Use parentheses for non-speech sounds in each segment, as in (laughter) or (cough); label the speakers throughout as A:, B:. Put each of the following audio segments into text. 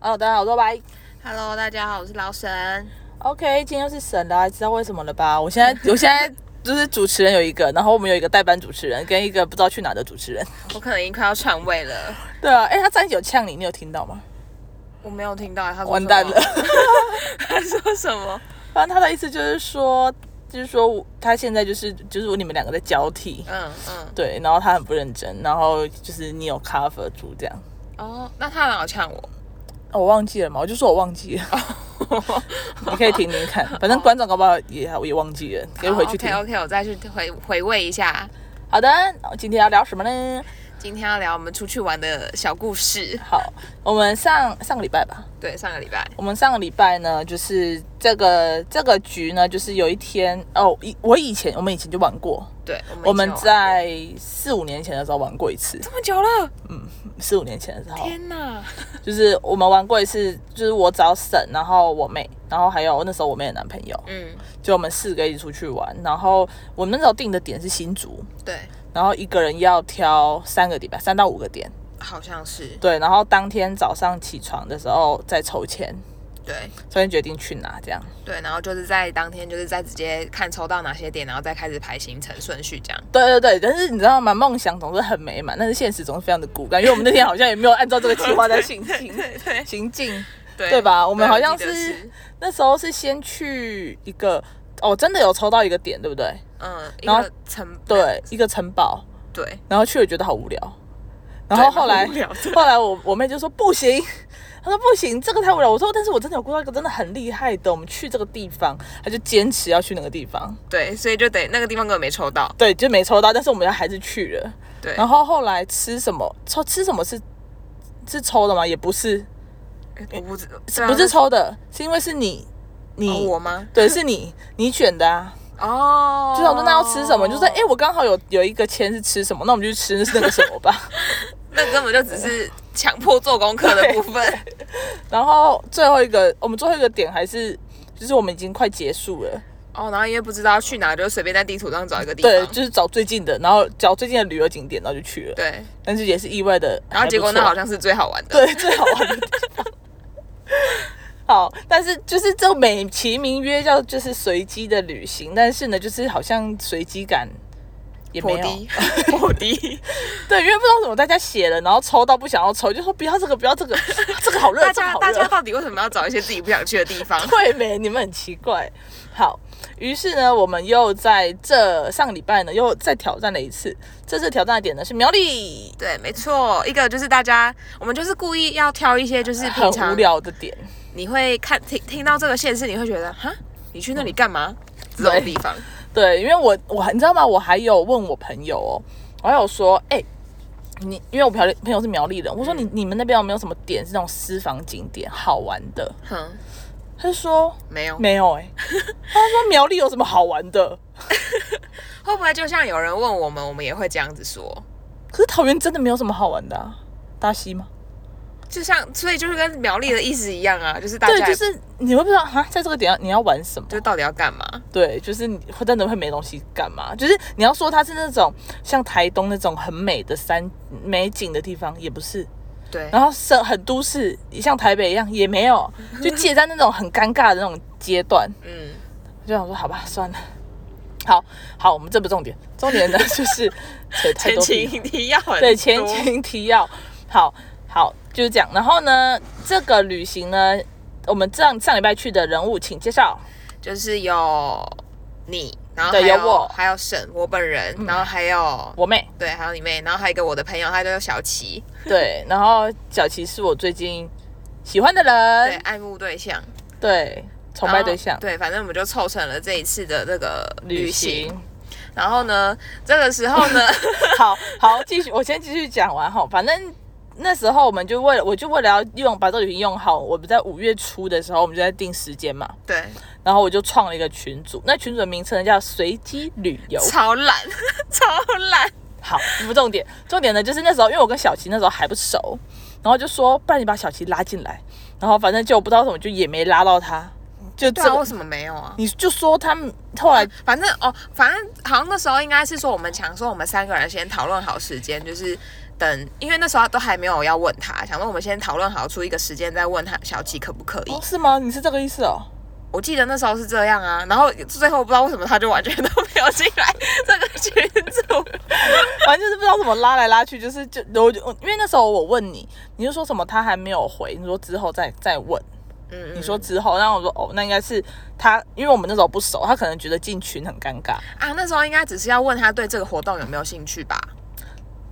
A: Hello，大家好，我是白。
B: Hello，大家好，我是老沈。
A: OK，今天又是神了，知道为什么了吧？我现在，我现在就是主持人有一个，然后我们有一个代班主持人，跟一个不知道去哪的主持人。
B: 我可能已经快要篡位了，
A: 对啊，哎、他上一集有呛你，你有听到吗？
B: 我没有听到他说什么
A: 完蛋了。。 (laughs)
B: (laughs) 他说什么？
A: 反正他的意思就是说，就是说我他现在就是就是你们两个在交替，
B: 嗯嗯。
A: 对，然后他很不认真，然后就是你有 cover 住这样。
B: 哦，那他哪有呛我？
A: 哦我忘记了嘛，我就说我忘记了，
B: 哦
A: 你可以听听看，反正馆长搞不好也也忘记了，可以回去听。
B: OK OK，我再去回回味一下。
A: 好的，今天要聊什么呢？
B: 今天要聊我们出去玩的小故事。
A: 好，我们上上个礼拜吧，
B: 对，上个礼拜。
A: 我们上个礼拜呢，就是这个这个局呢，就是有一天哦，以我以前我们以前就玩过，
B: 对，
A: 我们
B: 已经有
A: 在四五年前的时候玩过一次，
B: 这么久了，
A: 四五年前的时候，
B: 天哪！
A: 就是我们玩过一次，就是我找沈，然后我妹，然后还有那时候我妹的男朋友，
B: 嗯，
A: 就我们四个一起出去玩，然后我们那时候定的点是新竹，
B: 对，
A: 然后一个人要挑三个点吧，三到五个点，
B: 好像是
A: 对，然后当天早上起床的时候再抽签，
B: 对
A: 所以决定去哪这样。
B: 对，然后就是在当天，就是在直接看抽到哪些点，然后再开始排行程顺序这样。
A: 对对对，但是你知道吗？梦想总是很美满，但是现实总是非常的骨感，因为我们那天好像也没有按照这个计划在行行
B: (laughs) 对对
A: 行进。
B: 对
A: 对吧我们好像
B: 我记得
A: 是那时候是先去一个哦，真的有抽到一个点，对不对？
B: 嗯，一
A: 然后
B: 个城
A: 对，一个城堡，
B: 对，
A: 然后去了觉得好无聊，然后后来
B: 蛮无聊的
A: (laughs) 后来我我妹就说不行。 (laughs) 她说不行，这个太无聊。我说，但是我真的有遇到一个真的很厉害的，我们去这个地方，她就坚持要去那个地方。
B: 对，所以就得那个地方根本没抽到。
A: 对，就没抽到，但是我们还是去了。
B: 对，
A: 然后后来吃什么？抽吃什么是是抽的吗？也不是，
B: 我不知
A: 不是抽的，是因为是你
B: 啊哦
A: 你、
B: 我吗？
A: 对，是你你选的啊。
B: 哦，
A: 就想说那要吃什么，就说哎、诶我刚好有有一个签是吃什么，那我们就去吃那个什么吧。 (laughs)
B: 那根本就只是强迫做功课的部分。
A: 然后最后一个，我们最后一个点还是就是我们已经快结束了，
B: 哦，然后因为不知道去哪，就随便在地图上找一个地方。
A: 对，就是找最近的，然后找最近的旅游景点，然后就去了。
B: 对
A: 但是也是意外的，
B: 然后结果那
A: 还
B: 好
A: 不错
B: 像是最好玩的。
A: 对，最好玩的地方。好，但是就是这美其名曰叫就是随机的旅行，但是呢，就是好像随机感也没
B: 破
A: 有。
B: 低，破
A: (laughs)
B: 低，
A: 对，因为不知道为什么大家写了，然后抽到不想要抽，就说不要这个，不要这
B: (laughs)
A: 个，这个好热
B: 大，
A: 这个
B: 家
A: 好
B: 大家
A: 热。
B: 到底为什么要找一些自己不想去的地方？ (laughs)
A: 会没？你们很奇怪。好，于是呢，我们又在这上个礼拜呢，又再挑战了一次。这次挑战的点呢是苗栗，
B: 对，没错，一个就是大家，我们就是故意要挑一些就是
A: 很
B: 平常
A: 无聊的点。
B: 你会看听听到这个县市，你会觉得哈，你去那里干嘛？这种地方，
A: 哦对，因为我我你知道吗？我还有问我朋友哦，我还有说，哎、你因为我朋友朋友是苗栗人，我说你你们那边有没有什么点是那种私房景点好玩的？
B: 哼，
A: 他就说
B: 没有，
A: 嗯没有哎、 (laughs) 他说苗栗有什么好玩的？
B: 会不会就像有人问我们，我们也会这样子说？
A: 可是桃园真的没有什么好玩的、啊，大溪吗？
B: 就像，所以就是跟苗栗的意思一样啊，就是大家
A: 对，
B: 也
A: 就是你会不知道哈，在这个点你要玩什么？
B: 就到底要干嘛？
A: 对，就是你会真的会没东西干嘛？就是你要说它是那种像台东那种很美的山美景的地方，也不是。
B: 对，
A: 然后是很都市，像台北一样也没有，就介在那种很尴尬的那种阶段，
B: 嗯，
A: 我就想说好吧，算了。好好，我们这不重点，重
B: (laughs)
A: 点呢就是扯太
B: 前
A: 多屁
B: 情提要很
A: 对前
B: 多，
A: 情提要，好好就是这样。然后呢，这个旅行呢，我们上上礼拜去的人物，请介绍。
B: 就是有你，然后还
A: 对有我嗯
B: 还有沈，我本人，然后还有
A: 我妹，
B: 对，还有你妹，然后还有一个我的朋友，她叫小琪， (laughs)
A: 对，然后小琪是我最近喜欢的
B: 对，
A: 人，
B: 爱慕对象，
A: 对，嗯崇拜对象
B: 然后，对，反正我们就凑成了这一次的这个
A: 旅
B: 旅行。
A: 行。
B: 然后呢，这个时候呢，
A: (laughs) 好好，继续，我先继续讲完哈。反正那时候我们就为了，我就为了要用把这个旅行用好，我们在五月初的时候，我们就在定时间嘛，
B: (laughs) 对，
A: 然后我就创了一个群组，那群组的名称叫“随机旅游
B: 超懒， (laughs) 超懒，”。
A: 好，不是重点，重点呢就是那时候，因为我跟小琪那时候还不熟，然后就说，不然你把小琪拉进来，然后反正就不知道为什么，就也没拉到他，就这
B: 对啊，啊
A: 个，
B: 为什么没有啊？
A: 你就说他们后来
B: 反正哦，反正好像那时候应该是说我们想说我们三个人先讨论好时间，就是等，因为那时候都还没有要问他，想问我们先讨论好出一个时间再问他小七可不可以。
A: 哦，是吗？你是这个意思哦？
B: 我记得那时候是这样啊，然后最后不知道为什么他就完全都没有进来 (laughs) 这个群组。
A: 反正就是不知道怎么拉来拉去，就是就我就因为那时候我问你，你就说什么他还没有回，你说之后再再问，
B: 嗯
A: 你说之后，然后我说哦，那应该是他，因为我们那时候不熟，他可能觉得进群很尴尬，
B: 啊，那时候应该只是要问他对这个活动有没有兴趣吧？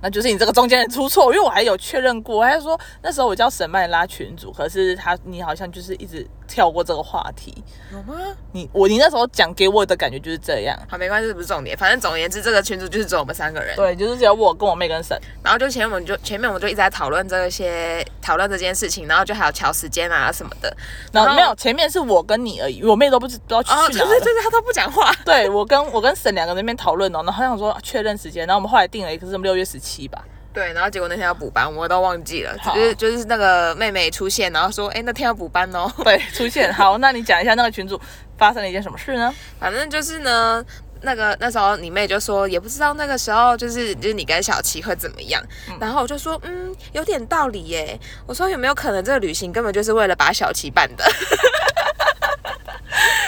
A: 那就是你这个中间人出错，因为我还有确认过，他说那时候我叫沈曼拉群主，可是他你好像就是一直跳过这个话题，
B: 有吗？
A: 你我你那时候讲给我的感觉就是这样。
B: 好，没关系，这不是重点。反正总而言之，这个群组就是只有我们三个人。
A: 对，就是只有我跟我妹跟沈，
B: 然后就前面我们就前面我们就一直在讨论这些讨论这件事情，然后就还有调时间啊什么的。
A: 然后
B: 然后
A: 没有前面是我跟你而已，我妹都不知不知道去哪
B: 哦，
A: 了。
B: 对对对，他都不讲话。
A: (laughs) 对我跟我跟沈两个人在那边讨论哦，然后他想说确认时间，然后我们后来定了一个是六月十七吧，
B: 对，然后结果那天要补班，我都忘记了，
A: 好
B: 就是就是那个妹妹出现，然后说，哎，那天要补班哦。
A: 对，出现。好，那你讲一下那个群主发生了一件什么事呢？
B: 反正就是呢，那个那时候你妹就说，也不知道那个时候就是就是你跟小琪会怎么样。然后我就说，嗯，有点道理耶。我说有没有可能这个旅行根本就是为了把小琪办的？ (laughs)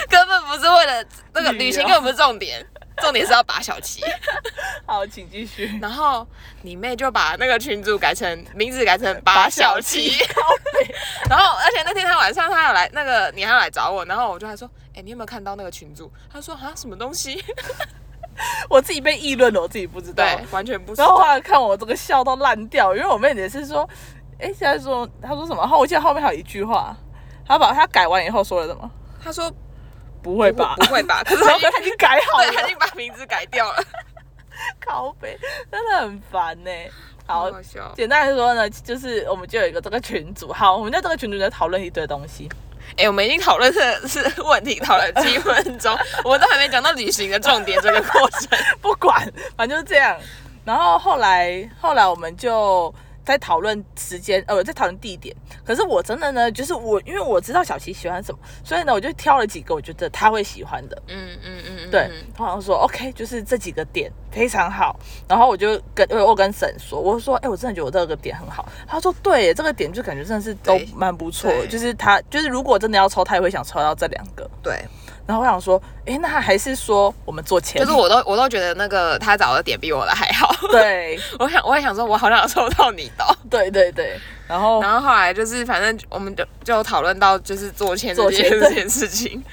B: 根本不是为了那个
A: 旅游
B: 旅行，根本不是重点，重点是要把小琪。
A: 好，请继续。
B: 然后你妹就把那个群主改成名字改成 (laughs) 把小琪，然后而且那天她晚上她有来那个你还有来找我，然后我就还说，哎、你有没有看到那个群主？她说啊什么东西？
A: (laughs) 我自己被议论了，我自己不知道。
B: 对，完全不知
A: 然后后
B: 道。
A: 来看我这个笑到烂掉，因为我妹也是说，哎，现在说她说什么？然后我记得后面还有一句话，她把她改完以后说了什么？
B: 她说
A: 不会 (laughs) 吧
B: 不？会 (laughs) 吧？可是
A: 然
B: 她
A: 后
B: 已经
A: 她已经改好
B: 对，她已
A: 了，
B: 经把名字改掉了，
A: (laughs) 靠背真的很烦呢、好
B: 好，好笑。
A: 简单来说呢，就是我们就有一个这个群组，好，我们在这个群组在讨论一堆东西， (laughs)
B: 哎、我们已经讨论这是问题，讨论七分 (laughs) 钟，我们都还没讲到旅行的重点这个过程。
A: 不管，反正就是这样。然后后来后来我们就在讨论时间，呃，在讨论地点。可是我真的呢，就是我因为我知道小琪喜欢什么，所以呢，我就挑了几个我觉得他会喜欢的。
B: 嗯嗯嗯，嗯
A: 对，他好像说 OK，就是这几个点非常好。然后我就跟我有跟沈说，我说哎、我真的觉得我这个点很好。他说对，这个点就感觉真的是都
B: 对
A: 蛮不错的，
B: 对
A: 就是他就是如果真的要抽，他也会想抽到这两个。
B: 对，
A: 然后我想说，哎、那还是说我们做前，
B: 就是我都我都觉得那个他找的点比我的还好。
A: (laughs) 对
B: 我想，我也想说，我好想抽到你的哦。
A: 对对对，然后
B: 然后后来就是，反正我们就就讨论到就是做签
A: 做
B: 这
A: 签
B: 件
A: 对
B: 这件事情。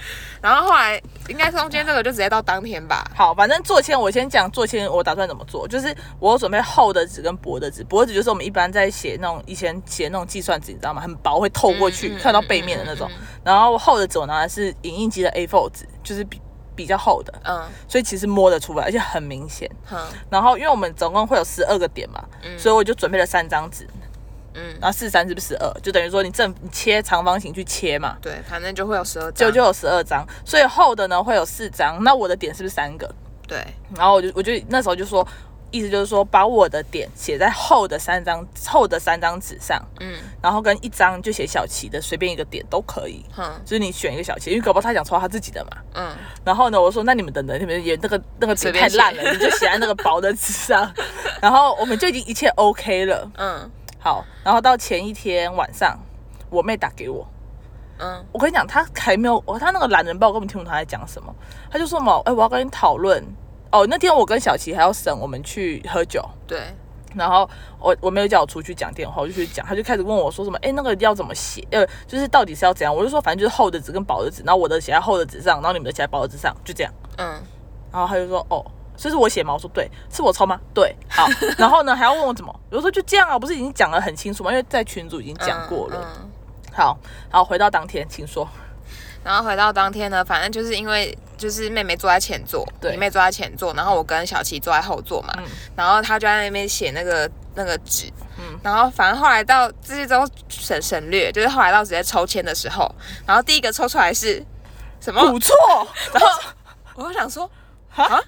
B: 然后后来应该中间这个就直接到当天吧。
A: 好，反正做签我先讲做签，我打算怎么做，就是我有准备厚的纸跟薄的纸，薄的纸就是我们一般在写那种以前写那种计算纸，你知道吗？很薄，会透过去、
B: 嗯嗯
A: 看到背面的那种。然后厚的纸我拿的是影印机的 A4 纸，就是比比较厚的，
B: 嗯
A: 所以其实摸得出来，而且很明显。
B: 哼
A: 然后因为我们总共会有十二个点嘛，所以我就准备了三张纸，
B: 嗯，
A: 然后四三是不是十二？就等于说你正你切长方形去切嘛，
B: 对，反正就会有十二
A: 就
B: 张。
A: 就有十二张，所以厚的呢会有四张，那我的点是不是三个？
B: 对，
A: 然后我就我就那时候就说，意思就是说把我的点写在厚的三张厚的三张纸上，
B: 嗯
A: 然后跟一张就写小齐的，随便一个点都可以。
B: 哼
A: 就是你选一个小齐，因为搞不好他想抽他自己的嘛。
B: 嗯，
A: 然后呢，我说那你们等等，你们也那个那个纸
B: 随
A: 太
B: 便
A: 烂
B: 写
A: 了，你就写在那个薄的纸上。 (laughs) 然后我们就已经一切 OK 了。
B: 嗯
A: 好，然后到前一天晚上，我妹打给我，
B: 嗯
A: 我跟你讲，他还没有，哦他那个懒人包我根本听不懂他在讲什么。他就说什么，哎、我要跟你讨论。哦，那天我跟小琪还有沈，我们去喝酒，
B: 对，
A: 然后我我没有叫我出去讲电话，我就去讲，他就开始问我说什么，哎、那个要怎么写？呃，就是到底是要怎样？我就说反正就是厚的纸跟薄的纸，然后我的写在厚的纸上，然后你们的写在薄的纸上，就这样。
B: 嗯
A: 然后他就说，哦，这是我写吗？我说对，是我抄吗？对，好。然后呢，还要问我怎么？我就说就这样啊，不是已经讲得很清楚吗？因为在群组已经讲过了。
B: 嗯嗯
A: 好，好，回到当天，请说。
B: 然后回到当天呢，反正就是因为就是妹妹坐在前座，
A: 对
B: 你妹坐在前座，然后我跟小琪坐在后座嘛，
A: 嗯
B: 然后她就在那边写那个那个纸，
A: 嗯
B: 然后反正后来到这些都省省略，就是后来到直接抽签的时候，然后第一个抽出来是什么？
A: 不错。
B: 然后我就想说啊， (laughs)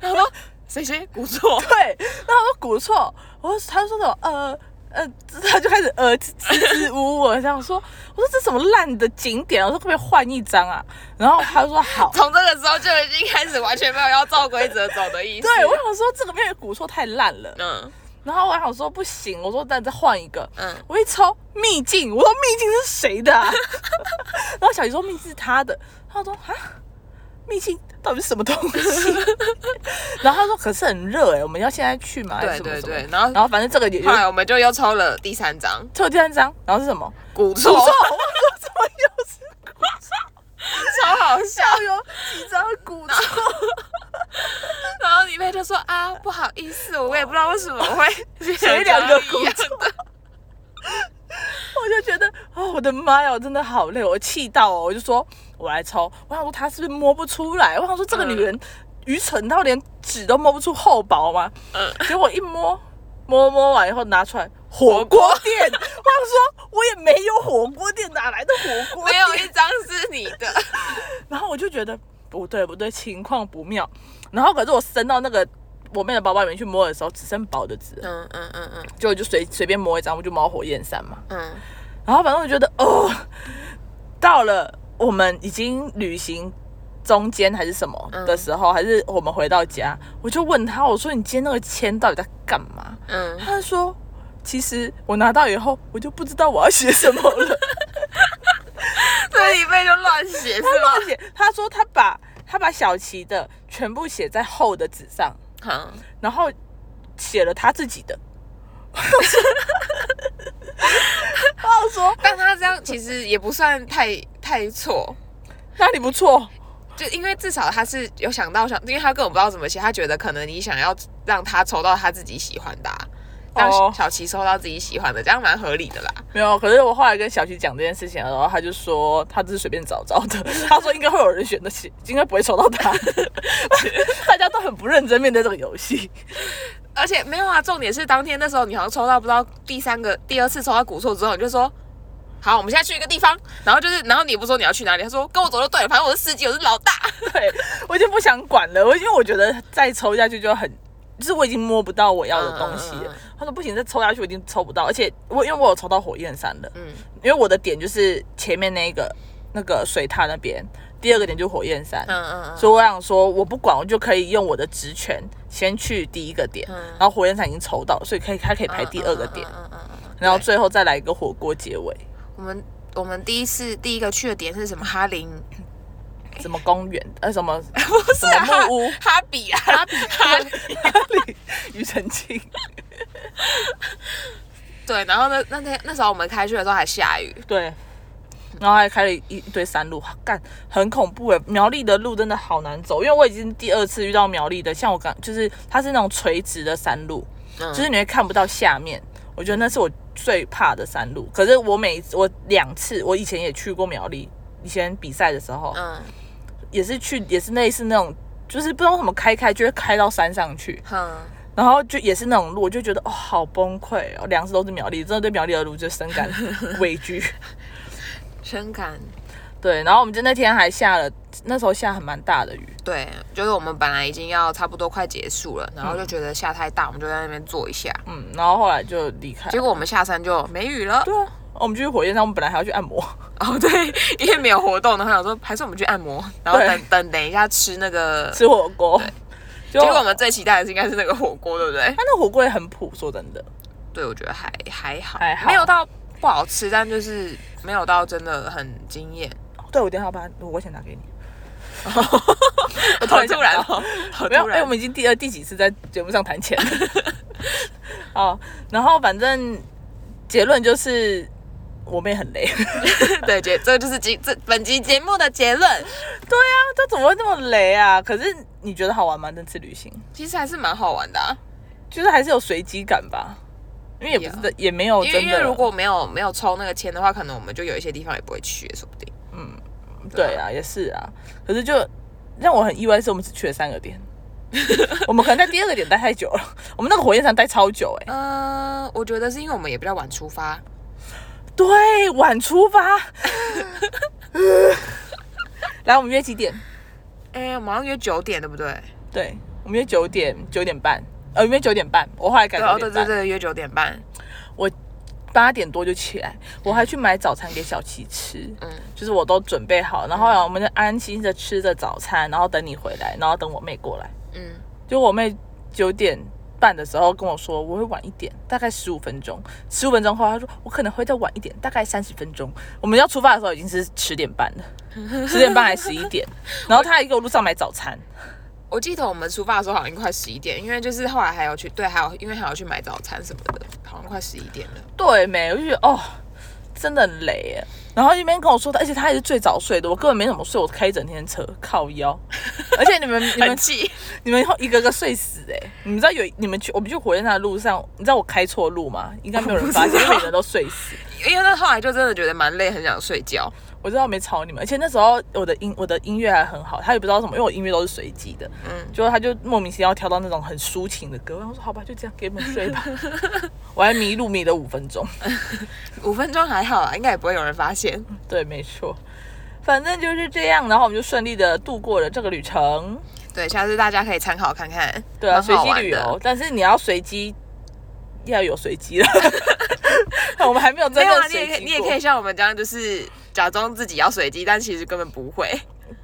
B: 然后说谁谁古错，，
A: (laughs) 对，然后我就鼓错，我就他就说什么呃呃，他就开始呃支支吾吾，我想说，我说这什么烂的景点，啊我说可不可以换一张啊？然后他就说好
B: (laughs) 从这个时候就已经开始完全没有要照规则走的意思。
A: 对我想说这个因为鼓错太烂了，
B: 嗯，
A: 然后我还想说不行，我说那再换一个，
B: 嗯
A: 我一抽秘境，我说秘境是谁的、啊？ (laughs) 然后小姨说秘境是她的，她说啊，秘境到底是什么东西？ (laughs) 然后她说可是很热哎、我们要现在去吗？还是
B: 对
A: 什么
B: 对
A: 什么
B: 对，然后
A: 然后反正这个也就
B: 后来我们就又抽了第三张
A: 抽第三张，然后是什么？
B: 古
A: 诅咒，(laughs)
B: 错，
A: 我说怎么又是
B: 超好笑。
A: 要有几张骨头？
B: (laughs) 然后李佩就说啊，不好意思，我也不知道为什么我 (laughs) 会
A: 谁两个
B: 一样 (laughs) 的。
A: (laughs) 我就觉得哦，我的妈呀，我真的好累，我气到哦，我就说我来抽，我想说她是不是摸不出来？我想说这个女人愚蠢到连纸都摸不出厚薄吗？
B: 嗯
A: 结果一摸，摸摸完以后拿出来火锅店，我想说我也没有火锅店，哪来的火锅
B: 没
A: 店？
B: 有一张是你的， (laughs)
A: 然后我就觉得不对不对，情况不妙。然后可是我伸到那个我妹的包包里面去摸的时候，只剩薄的纸了，
B: 嗯嗯嗯嗯
A: 结果就随随便摸一张，我就摸火焰山嘛。
B: 嗯，
A: 然后反正我觉得哦，到了我们已经旅行中间还是什么
B: 嗯
A: 的时候，还是我们回到家，我就问他，我说你今天那个签到底在干嘛？
B: (laughs) 嗯，
A: 他说，其实我拿到以后，我就不知道我要写什么
B: (laughs)
A: 了。
B: 所以李佩就乱写是吗？
A: 而且他说他把他把小琪的全部写在厚的纸上，
B: 好，
A: 然后写了他自己的。 (laughs) 我想说，
B: 但他这样其实也不算太太错，
A: 那你不错，
B: 就因为至少他是有想到想，因为他根本不知道怎么写，他觉得可能你想要让他抽到他自己喜欢的、啊，让
A: 哦
B: 小琪抽到自己喜欢的，这样蛮合理的啦。
A: 没有，可是我后来跟小琪讲这件事情的时候，他就说他只是随便找 (laughs) 找的，他说应该会有人选的，应该不会抽到他。 (laughs) 大家都很不认真面对这个游戏，
B: 而且没有啊，重点是当天那时候你好像抽到不知道第三个、第二次抽到古错之后，你就说。好，我们现在去一个地方，然后就是，然后你也不说你要去哪里，他说跟我走就对了，反正我是司机，我是老大。
A: 对我就不想管了，我因为我觉得再抽下去就很。就是我已经摸不到我要的东西
B: 嗯
A: 了
B: 嗯嗯嗯。
A: 他说不行，再抽下去我已经抽不到，而且我因为我有抽到火焰山了，
B: 嗯
A: 因为我的点就是前面那个那个水塔那边，第二个点就是火焰山，
B: 嗯嗯
A: 所以我想说我不管，我就可以用我的职权先去第一个点，
B: 嗯
A: 然后火焰山已经抽到了，所以可以它可以排第二个点，
B: 嗯嗯嗯
A: 然后最后再来一个火锅结尾，
B: 我们我们第一次第一个去的点是什么？哈林，
A: 什么公园呃什么
B: (laughs) 不是、啊、
A: 什么木屋
B: 哈比啊，哈比哈比。
A: 哪里庾澄庆，
B: 对，然后呢，那天那时候我们开去的时候还下雨，
A: 对。然后还开了一堆山路，干很恐怖哎！苗栗的路真的好难走，因为我已经第二次遇到苗栗的，像我刚就是它是那种垂直的山路，
B: 嗯
A: 就是你会看不到下面。我觉得那是我最怕的山路。可是我每我两次，我以前也去过苗栗，以前比赛的时候、
B: 嗯
A: 也是去，也是类似那种，就是不知道为什么开开就会开到山上去，
B: 哼，
A: 然后就也是那种路，我就觉得哦好崩溃哦，两次都是苗栗，真的对苗栗的路就深感畏
B: (laughs)
A: 惧。
B: 深感
A: 对，然后我们就那天还下了，那时候下很蛮大的雨，
B: 对，就是我们本来已经要差不多快结束了，然后就觉得下太大，我们就在那边坐一下，
A: 嗯，然后后来就离开。
B: 结果我们下山就没雨了。
A: 嗯对啊，我们去火焰山，我们本来还要去按摩，
B: (laughs)
A: (laughs)
B: 哦，对，因为没有活动，然后想说还是我们去按摩，然后
A: 对
B: 等等等一下吃那个。
A: 吃火锅。结
B: 结果我们最期待的是应该是那个火锅，对不对
A: 他？那火锅也很普，说真的。
B: 对，我觉得还还好，
A: 还好
B: 没有到不好吃，但就是没有到真的很
A: (laughs)
B: 惊艳。
A: 对，我等一下要把火锅钱拿给你。
B: 好
A: 突然
B: (laughs) 突然
A: 想
B: 哦，
A: (laughs)
B: 好
A: 没有，
B: 突
A: 哎、
B: 然
A: 我。们已经第二第几次在节目上谈钱了？ (laughs) 好，然后反正结论就是我妹很 (laughs) 累。
B: 对，结这个就是今这本集节目的结论。
A: 啊这怎么会这么雷啊？可是你觉得好玩吗？那次旅行
B: 其实还是蛮好玩的、啊，
A: 就是还是有随机感吧，因为也不是的，也没有
B: 因为
A: 真
B: 因
A: 的。
B: 为如果没有没有抽那个签的话，可能我们就有一些地方也不会去，说不定。
A: 对啊，也是啊。可是就让我很意外，是我们只去了三个点。 (laughs) 我们可能在第二个点待太久了，我们那个火焰山待超久哎、
B: 呃，我觉得是因为我们也比较晚出发，
A: 对，晚出发。 (laughs) 来，我们约几点？
B: 哎、我们好像约九点，对不对？
A: 对，我们约九点九点半，呃，我们约九点半，我后来改
B: 对
A: 九
B: 哦，
A: 点
B: 对
A: 半
B: 对，对，约九点半。
A: 八点多就起来，我还去买早餐给小琪吃，嗯
B: 嗯，
A: 就是我都准备好，然后我们就安心的吃着早餐，然后等你回来，然后等我妹过来，
B: 嗯，
A: 就我妹九点半的时候跟我说我会晚一点，大概十五分钟。十五分钟后，他说我可能会再晚一点，大概三十分钟。我们要出发的时候已经是十点半 (laughs) 了，十点半还十一点。然后他还给我路上买早餐，
B: 我记得我们出发的时候好像快十一点，因为就是后来还有去对，还有因为还要去买早餐什么的，好像快十一 (laughs) 点了。
A: 对没？我就觉得哦，真的很累耶。然后一边跟我说，而且他也是最早睡的，我根本没怎么睡，我开一整天车，靠 (laughs) 腰。而且 (laughs) 你们你们
B: 很气，
A: 你们一个个睡死哎、你们知道有你们去我们去火车站的路上，你知道我开错路吗？应该没有人发现，
B: 我不
A: 因
B: 知
A: 为
B: 道
A: 每个人都睡死。
B: 因为那后来就真的觉得蛮累，很想睡觉。
A: 我知道没吵你们，而且那时候我的音我的音乐还很好，他也不知道什么，因为我音乐都是随机的，
B: 嗯，
A: 结果他就莫名其妙挑到那种很抒情的歌，然后说好吧，就这样给你们睡
B: (laughs)
A: 吧。我还迷路迷了五分钟， (laughs)
B: 五分钟还好啊，应该也不会有人发现。
A: 对，没错，反正就是这样，然后我们就顺利的度过了这个旅程。
B: 对，下次大家可以参考看看。
A: 对啊，
B: 蛮
A: 随
B: 好
A: 机
B: 玩
A: 旅
B: 的
A: 游，但是你要随机，要有随机
B: (laughs)
A: 了。我们还没有真
B: 没有啊，
A: 正
B: 你
A: 随
B: 也可以，
A: 机
B: 你也
A: 过
B: 可以像我们这样，就是假装自己要随机，但其实根本不会。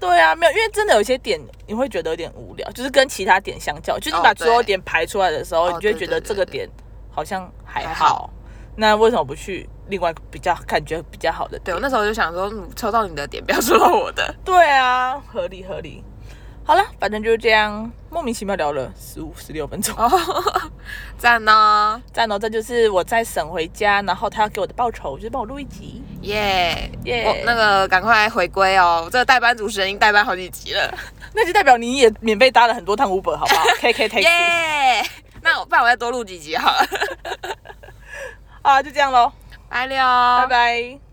A: 对啊，没有，因为真的有一些点你会觉得有点无聊，就是跟其他点相较，就是你
B: 哦
A: 把所有
B: 对
A: 点排出来的时候，
B: 哦
A: 你就会
B: 对
A: 觉
B: 对
A: 得
B: 对
A: 这个
B: 对
A: 点好像还好。
B: 还好
A: 那为什么不去另外一个比较感觉比较好的
B: 对
A: 点？
B: 我那时候就想说，嗯，抽到你的点，不要抽到我 (laughs) 的。
A: 对啊，合理合理。好了，反正就是这样，莫名其妙聊了十五十六分钟。
B: 哦，赞哦，
A: 赞哦，这就是我在省回家，然后他要给我的报酬，就是帮我录一集。
B: 耶
A: 耶
B: 我哦那个赶快回归哦，这个代班主持人已经代班好几集了，
A: 那就代表你也免费搭了很多趟 Uber，好不
B: (laughs)
A: 好？K K Take
B: 耶、那我不然我再多录几集好了，
A: 啊，就这样喽，
B: 拜六，
A: 拜
B: 拜。
A: 拜。